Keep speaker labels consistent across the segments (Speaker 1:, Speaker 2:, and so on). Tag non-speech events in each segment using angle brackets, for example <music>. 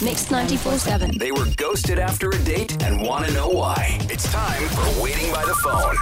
Speaker 1: Mix 94.7.
Speaker 2: They were ghosted after a date and want to know why. It's time for Waiting by the Phone.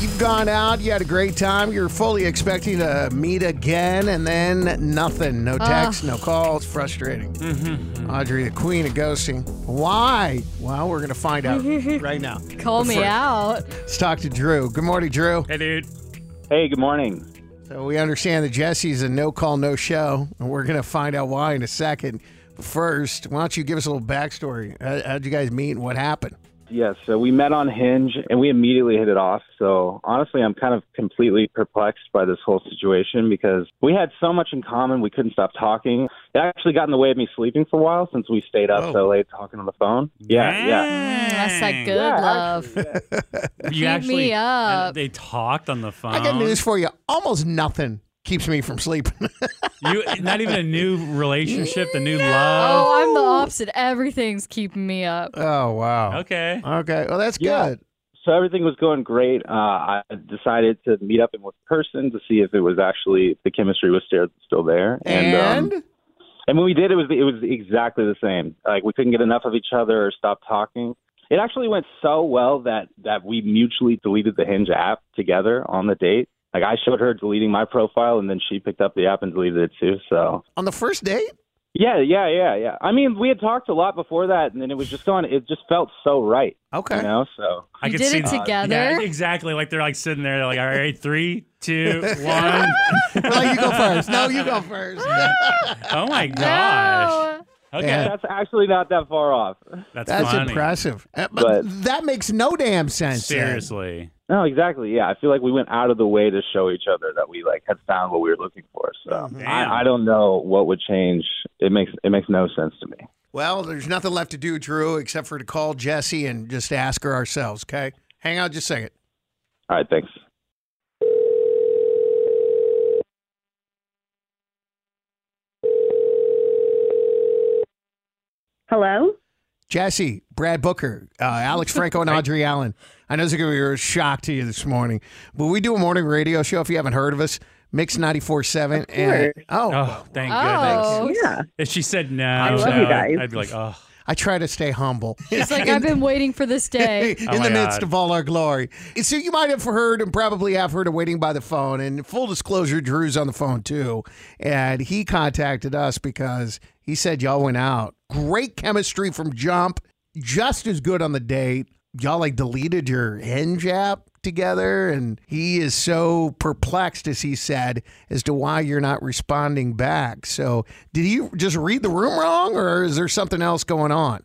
Speaker 3: You've gone out, you had a great time, you're fully expecting to meet again, and then nothing. No text, no call. It's frustrating. Audrey, the queen of ghosting. Why? Well, we're going to find out right now.
Speaker 4: Call me
Speaker 3: First.
Speaker 4: out.
Speaker 3: Let's talk to Drew. Good morning, Drew.
Speaker 5: Hey, dude.
Speaker 6: Hey, good morning.
Speaker 3: So we understand that Jesse's a no call, no show, and we're going to find out why in a second. But First, why don't you give us a little backstory? How- How'd you guys meet and what happened?
Speaker 6: Yes, so we met on Hinge and we immediately hit it off. So honestly, I'm kind of completely perplexed by this whole situation because we had so much in common, we couldn't stop talking. It actually got in the way of me sleeping for a while since we stayed up
Speaker 3: Whoa.
Speaker 6: so late talking on the phone. Yeah, yeah.
Speaker 4: Mm, that's that
Speaker 5: Dang.
Speaker 4: good love.
Speaker 5: You actually,
Speaker 4: me up.
Speaker 5: and They talked on the phone.
Speaker 3: I got news for you. Almost nothing keeps me from sleeping. <laughs>
Speaker 5: You, not even a new relationship, the new love.
Speaker 4: Oh, I'm the opposite. Everything's keeping me up.
Speaker 3: oh, wow.
Speaker 5: Okay.
Speaker 3: Okay. Well, that's
Speaker 6: Yeah.
Speaker 3: good.
Speaker 6: So everything was going great. Uh, I decided to meet up in person to see if it was actually if the chemistry was still still there. um,
Speaker 3: And,
Speaker 6: And when we did, it was it was exactly the same. Like we couldn't get enough of each other or stop talking. It actually went so well that that we mutually deleted the Hinge app together on the date. Like I showed her deleting my profile, and then she picked up the app and deleted it too. So
Speaker 3: on the first date?
Speaker 6: yeah, yeah, yeah, yeah. I mean, we had talked a lot before that, and then it was just going. It just felt so right,
Speaker 3: Okay.
Speaker 6: you know. So
Speaker 5: I
Speaker 4: You
Speaker 5: could
Speaker 4: did
Speaker 5: see
Speaker 4: it
Speaker 5: the-
Speaker 4: together?
Speaker 5: Yeah, exactly. Like they're like sitting there, they're like, all right, three,
Speaker 3: <laughs>
Speaker 5: two, one.
Speaker 3: <laughs> Well, you go first. No, you go first.
Speaker 5: <laughs> oh my gosh.
Speaker 4: No.
Speaker 5: Okay.
Speaker 3: Yeah.
Speaker 6: that's actually not that far off.
Speaker 5: That's,
Speaker 3: That's
Speaker 5: funny.
Speaker 3: impressive. Uh, But,
Speaker 6: But-
Speaker 3: that makes no damn sense. then.
Speaker 5: Seriously.
Speaker 6: No, exactly. Yeah, I feel like we went out of the way to show each other that we like had found what we were looking for. So
Speaker 5: Damn.
Speaker 6: I, I don't know what would change. It makes it makes no sense to me.
Speaker 3: Well, there's nothing left to do, Drew, except for to call Jesse and just ask her ourselves, okay? Hang on just a second.
Speaker 6: All right, thanks.
Speaker 7: Hello?
Speaker 3: Jesse, Brad Booker, uh, Alex Franco, and Audrey Allen. I know this is going to be a shock to you this morning, but we do a morning radio show. If you haven't heard of us, Mix 94.7. And, oh,
Speaker 5: Oh, thank
Speaker 4: Oh.
Speaker 5: goodness.
Speaker 7: Yeah.
Speaker 5: If she said no,
Speaker 7: love
Speaker 5: no,
Speaker 7: you guys.
Speaker 5: I'd be like,
Speaker 4: <laughs>
Speaker 5: oh.
Speaker 3: I try to stay humble.
Speaker 4: Oh. It's
Speaker 3: <laughs>
Speaker 4: like I've been waiting for this
Speaker 5: <laughs>
Speaker 4: day.
Speaker 3: in
Speaker 5: Oh
Speaker 3: the
Speaker 5: my
Speaker 3: midst
Speaker 5: God.
Speaker 3: of all our glory. So you might have heard and probably have heard of waiting by the phone. And full disclosure, Drew's on the phone too, and he contacted us because he said y'all went out. Great chemistry from jump, just as good on the date. Y'all like deleted your Hinge app together, and he is so perplexed, as he said, as to why you're not responding back. So did he just read the room wrong, or is there something else going on?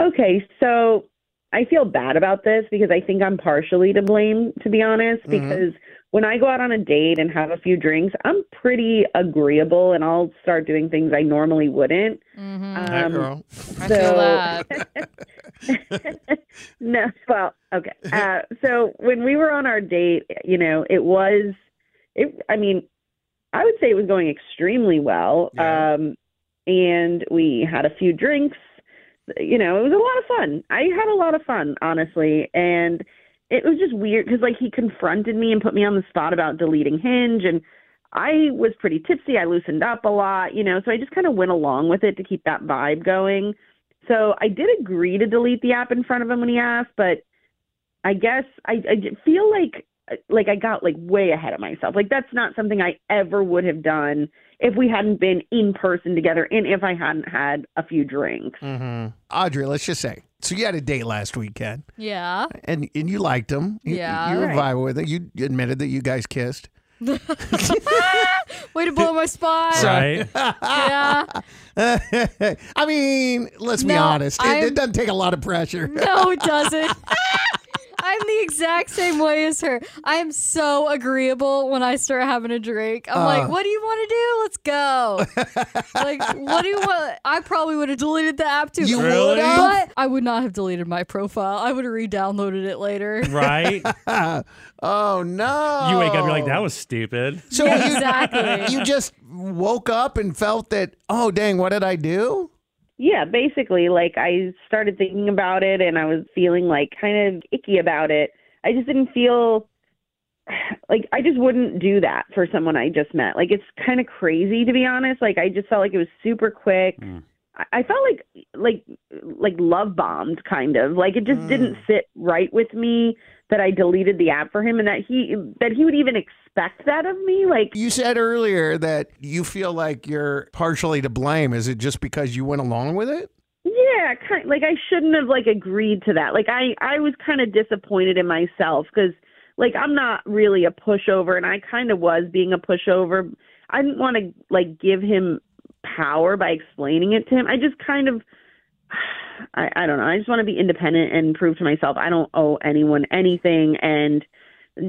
Speaker 7: Okay, so I feel bad about this because I think I'm partially to blame, to be honest, because when I go out on a date and have a few drinks, I'm pretty agreeable and I'll start doing things I normally wouldn't. <laughs>
Speaker 4: hmm
Speaker 5: Uh,
Speaker 3: Hi,
Speaker 7: Um,
Speaker 3: girl.
Speaker 4: I
Speaker 7: so-
Speaker 4: feel that.
Speaker 7: No, well, okay. Uh, so when we were on our date, you know, it was, it. I mean, I would say it was going extremely well.
Speaker 3: Yeah.
Speaker 7: Um, and we had a few drinks. You know, it was a lot of fun. I had a lot of fun, honestly, and it was just weird because like he confronted me and put me on the spot about deleting Hinge, and I was pretty tipsy. I loosened up a lot, you know, so I just kind of went along with it to keep that vibe going. So I did agree to delete the app in front of him when he asked, but I guess I, I feel like like I got like way ahead of myself. Like that's not something I ever would have done if we hadn't been in person together and if I hadn't had a few drinks.
Speaker 3: Mm-hmm. Audrey, let's just say. So you had a date last weekend,
Speaker 4: Yeah.
Speaker 3: and and you liked him. You,
Speaker 4: Yeah.
Speaker 3: you were
Speaker 4: Right.
Speaker 3: vibing with it. You admitted that you guys kissed. <laughs>
Speaker 4: Way to blow my spot.
Speaker 5: Right.
Speaker 4: Yeah.
Speaker 3: I mean, let's be
Speaker 4: No,
Speaker 3: honest. It,
Speaker 4: I'm-
Speaker 3: it doesn't take a lot of pressure.
Speaker 4: No, it doesn't. <laughs> I'm the exact same way as her. I'm so agreeable when I start having a drink. I'm
Speaker 3: Uh.
Speaker 4: like, what do you want to do? Let's
Speaker 3: <laughs>
Speaker 4: go. like, what do you want? I probably would have deleted the app too.
Speaker 3: You would
Speaker 5: Really?
Speaker 3: have?
Speaker 4: But I would not have deleted my profile. I would have re-downloaded it later.
Speaker 5: Right.
Speaker 3: Oh no!
Speaker 5: You wake up, you're like,
Speaker 4: Oh.
Speaker 5: that was stupid.
Speaker 3: So
Speaker 4: Yeah,
Speaker 3: you-
Speaker 4: exactly.
Speaker 3: <laughs> you just woke up and felt that. Oh dang! What did I do?
Speaker 7: Yeah, basically, like I started thinking about it and I was feeling like kind of icky about it. I just didn't feel <sighs> like I just wouldn't do that for someone I just met. Like it's kind of crazy to be honest. Like I just felt like it was super quick. I I felt like like like love bombed kind of. Like it just didn't sit right with me that I deleted the app for him and that he that he would even expect that of me. Like
Speaker 3: You said earlier that you feel like you're partially to blame. Is it just because you went along with it?
Speaker 7: Yeah, kind like I shouldn't have like agreed to that. Like I I was kind of disappointed in myself cuz like I'm not really a pushover and I kind of was being a pushover. I didn't want to like give him power by explaining it to him. I just kind of <sighs> I I don't know. I just want to be independent and prove to myself I don't owe anyone anything and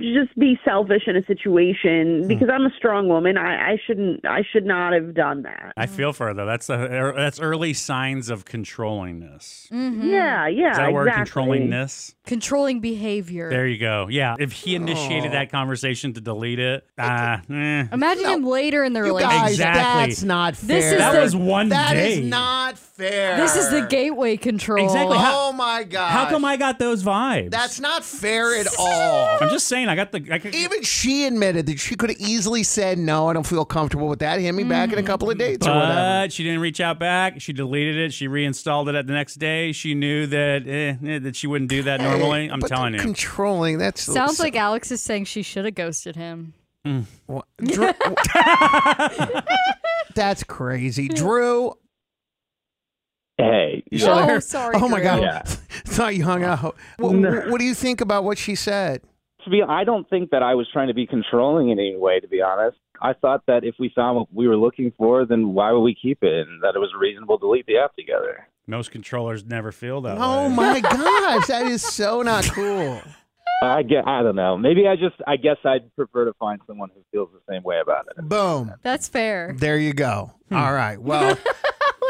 Speaker 7: just be selfish in a
Speaker 5: Hmm.
Speaker 7: situation because I'm a strong woman. I I shouldn't I should not have done that.
Speaker 3: Mm-hmm.
Speaker 5: I feel for her though. That's the er, that's early signs of controllingness.
Speaker 4: Mhm.
Speaker 7: Yeah, yeah.
Speaker 5: Is that word
Speaker 7: exactly.
Speaker 5: controllingness?
Speaker 4: Controlling behavior.
Speaker 5: There you go. Yeah. If he initiated that conversation to delete it, uh, eh.
Speaker 4: Imagine him later in the
Speaker 3: You
Speaker 4: relationship.
Speaker 3: guys,
Speaker 5: Exactly.
Speaker 3: that's not fair.
Speaker 4: This is
Speaker 5: that
Speaker 4: the-
Speaker 5: was one
Speaker 3: That
Speaker 5: day.
Speaker 3: is not fair.
Speaker 4: This is the gateway control.
Speaker 5: Exactly.
Speaker 3: Oh my god!
Speaker 5: How come I got those vibes?
Speaker 3: That's not fair at all.
Speaker 5: I'm just saying. I got the. I could,
Speaker 3: Even she admitted that she could have easily said, "No, I don't feel comfortable with that. Hit me back in a couple of dates or whatever."
Speaker 5: Mm-hmm. But she didn't reach out back. She deleted it. She reinstalled it at the next day. She knew that eh, eh, that she wouldn't do that normally. I'm
Speaker 3: But
Speaker 5: telling you.
Speaker 3: controlling. That's
Speaker 4: Sounds like Alex is saying she should have ghosted him.
Speaker 3: Wha-
Speaker 4: <laughs>
Speaker 3: Drew, that's crazy, Drew.
Speaker 6: Hey,
Speaker 3: You
Speaker 6: yeah.
Speaker 3: still
Speaker 4: Oh,
Speaker 3: there?
Speaker 4: sorry,
Speaker 3: Oh my
Speaker 4: Drew.
Speaker 3: god!
Speaker 6: Yeah.
Speaker 3: <laughs> Thought you hung
Speaker 5: <laughs>
Speaker 3: out. What,
Speaker 6: No.
Speaker 3: what do you think about what she said?
Speaker 6: to be I don't think that I was trying to be controlling in any way to be honest. I thought that if we found what we were looking for, then why would we keep it and that it was reasonable to leave the app together.
Speaker 5: <laughs> Most controllers never feel that
Speaker 3: Oh
Speaker 5: way.
Speaker 3: my gosh, that is so not cool.
Speaker 6: I get I don't know. Maybe I just I guess I'd prefer to find someone who feels the same way about it.
Speaker 3: Boom.
Speaker 4: That's fair.
Speaker 3: There you go.
Speaker 5: Hmm.
Speaker 3: All right.
Speaker 4: <laughs>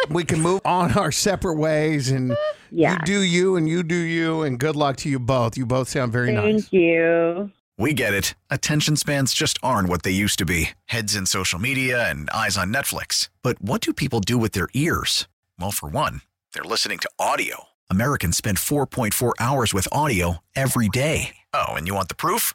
Speaker 3: Well, we can move on our separate ways, and
Speaker 7: Yeah.
Speaker 3: you do you, and you do you, and good luck to you both. You both sound very
Speaker 7: Thank
Speaker 3: nice.
Speaker 7: you.
Speaker 8: We get it. Attention spans just aren't what they used to be heads in social media and eyes on Netflix. But what do people do with their ears? Well, for one, they're listening to audio. Americans spend 4.4 hours with audio every day. Oh, and you want the proof?